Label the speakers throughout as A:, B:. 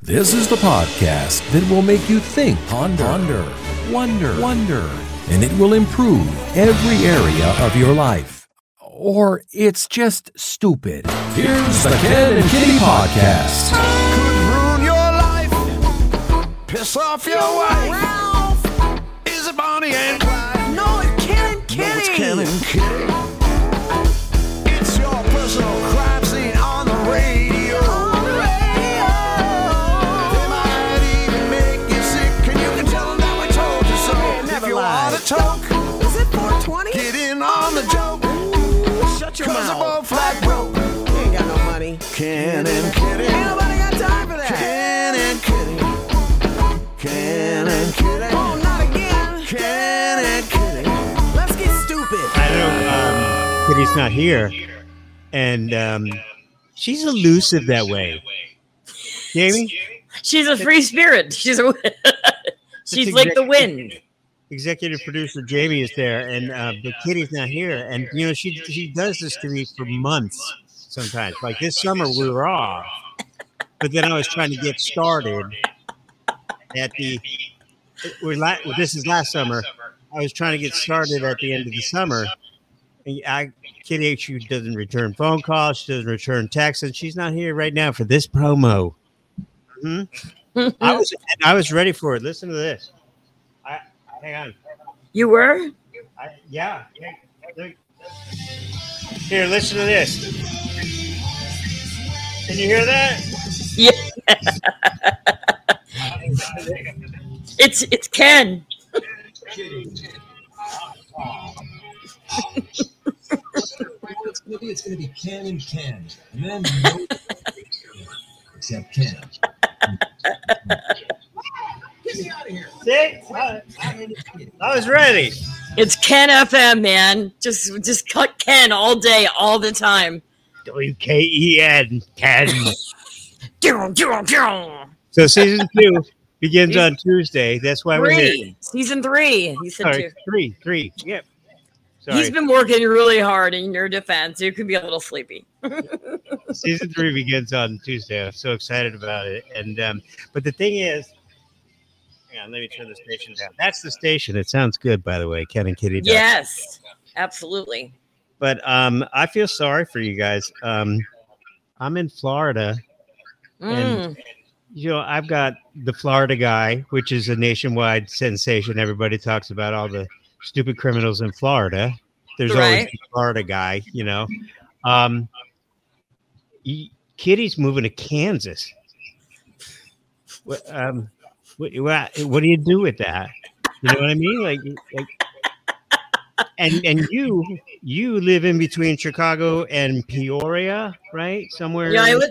A: This is the podcast that will make you think, ponder, ponder, wonder, wonder, and it will improve every area of your life. Or it's just stupid. Here's the Ken and Kitty Podcast.
B: could ruin your life, piss off your wife.
C: Ralph!
B: Is it Bonnie and Clyde?
C: No, it's Ken and Kitty!
B: It's Ken and Kitty. It's your personal crime scene on the radio. They might even make you sick, and you can tell them that we told you so. If
C: never
B: you
C: lied.
B: want to talk,
C: Is it 420?
B: get in on the joke.
C: Shut your
B: Cause they're
C: mouth.
B: both flat broke.
C: You ain't got no money.
B: Ken and Kitty.
C: Ain't nobody got time for that.
B: Ken and Kitty. Ken and Kitty.
C: Oh, not again.
B: Ken and Kitty.
C: Let's get stupid.
D: I know um, Kitty's not here, and um, she's elusive that way. Jamie,
E: She's a free spirit. She's a she's like the wind.
D: executive producer Jamie is there, and uh, but Kitty's not here, and you know she she does this to me for months sometimes. Like this summer we were off, but then I was trying to get started at the. We're la- this is last summer. I was trying to get started at the end of the summer. And I, Kitty, she doesn't return phone calls. She doesn't return texts, and she's not here right now for this promo. Hmm? I was, and I was ready for it. Listen to this. I hang on.
E: You were?
D: I, yeah. yeah. Look. Here, listen to this. Can you hear that?
E: Yeah. It's it's Ken.
F: it's gonna be it's gonna be Ken and Ken, and then no except Ken. Get me out of here!
D: See? I, I was ready.
E: It's Ken FM, man. Just just cut Ken all day, all the time.
D: W K E N 10.
E: Doom, doom, doom.
D: So season two begins on Tuesday. That's why we're here.
E: Three. Season three. He said
D: Sorry,
E: two.
D: three, three. Yep.
E: He's
D: Sorry.
E: been working really hard in your defense. You could be a little sleepy.
D: season three begins on Tuesday. I'm so excited about it. And um, but the thing is, hang on, let me turn the station down. That's the station. It sounds good, by the way, Ken and Kitty. does.
E: Yes. Absolutely.
D: But um, I feel sorry for you guys. Um, I'm in Florida.
E: Mm.
D: You know, I've got the Florida guy, which is a nationwide sensation. Everybody talks about all the stupid criminals in Florida. There's always
E: Right.
D: the Florida guy, you know. Um, y- Kitty's moving to Kansas. What, um, what, what, what do you do with that? You know what I mean? Like, like and and you you live in between Chicago and Peoria, right? Somewhere.
E: Yeah, I
D: in-
E: live.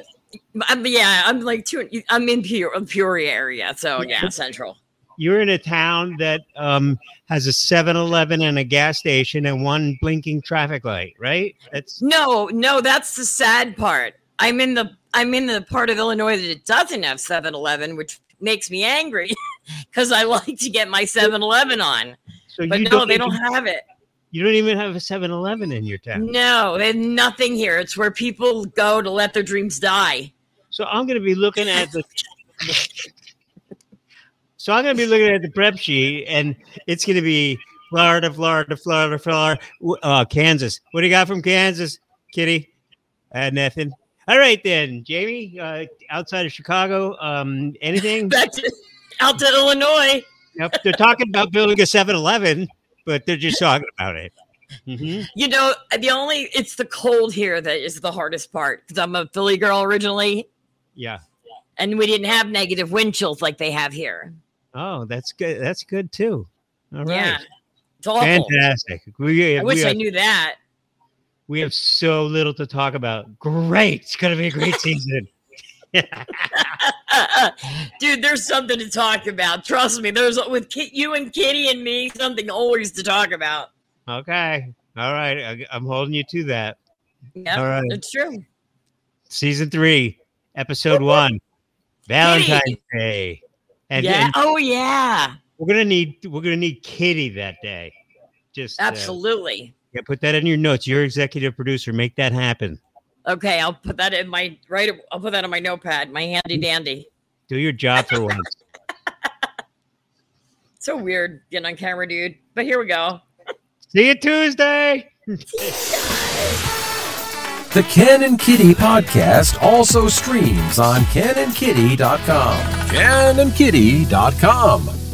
E: I'm, yeah, I'm like two. I'm in Peoria, Peoria area, so yeah, central.
D: you're in a town that um, has a 7-Eleven and a gas station and one blinking traffic light, right? That's
E: No, no, that's the sad part. I'm in the I'm in the part of Illinois that it doesn't have 7-Eleven, which makes me angry because I like to get my 7-Eleven on.
D: so
E: But
D: you
E: no,
D: don't
E: they
D: even,
E: don't have it.
D: you don't even have a 7-Eleven in your town.
E: No, they have nothing here. It's where people go to let their dreams die.
D: So I'm going to be looking at the So I'm going to be looking at the prep sheet and it's going to be Florida, Florida, Florida, Florida, w- uh, Kansas. What do you got from Kansas, Kitty? Uh, nothing. All right then, Jamie, uh, outside of Chicago, um, anything?
E: Back to, out to Illinois.
D: Yep, they're talking about building a 7-Eleven, but they're just talking about it. Mhm.
E: You know, the only it's the cold here that is the hardest part because I'm a Philly girl originally,
D: Yeah.
E: and we didn't have negative wind chills like they have here.
D: Oh, that's good. That's good too. All right.
E: Yeah, it's awful.
D: Fantastic. We, uh,
E: I
D: we,
E: wish I
D: have,
E: knew that.
D: we have so little to talk about. Great. It's going to be a great season.
E: Dude, there's something to talk about. Trust me, there's with Ki- you and Kitty and me something always to talk about.
D: okay. All right. I, I'm holding you to that.
E: Yeah,
D: All right.
E: it's true.
D: Season three, episode one, Valentine's Day. And,
E: yeah.
D: and
E: oh yeah.
D: we're going to need, we're going to need Kitty that day. Just uh,
E: Absolutely.
D: yeah, put that in your notes. Your executive producer, make that happen.
E: Okay, I'll put that in my right. I'll put that on my notepad, my handy dandy.
D: Do your job for once.
E: So weird getting on camera, dude. But here we go.
D: See you Tuesday.
A: The Ken and Kitty podcast also streams on canandkitty.com. Canandkitty.com.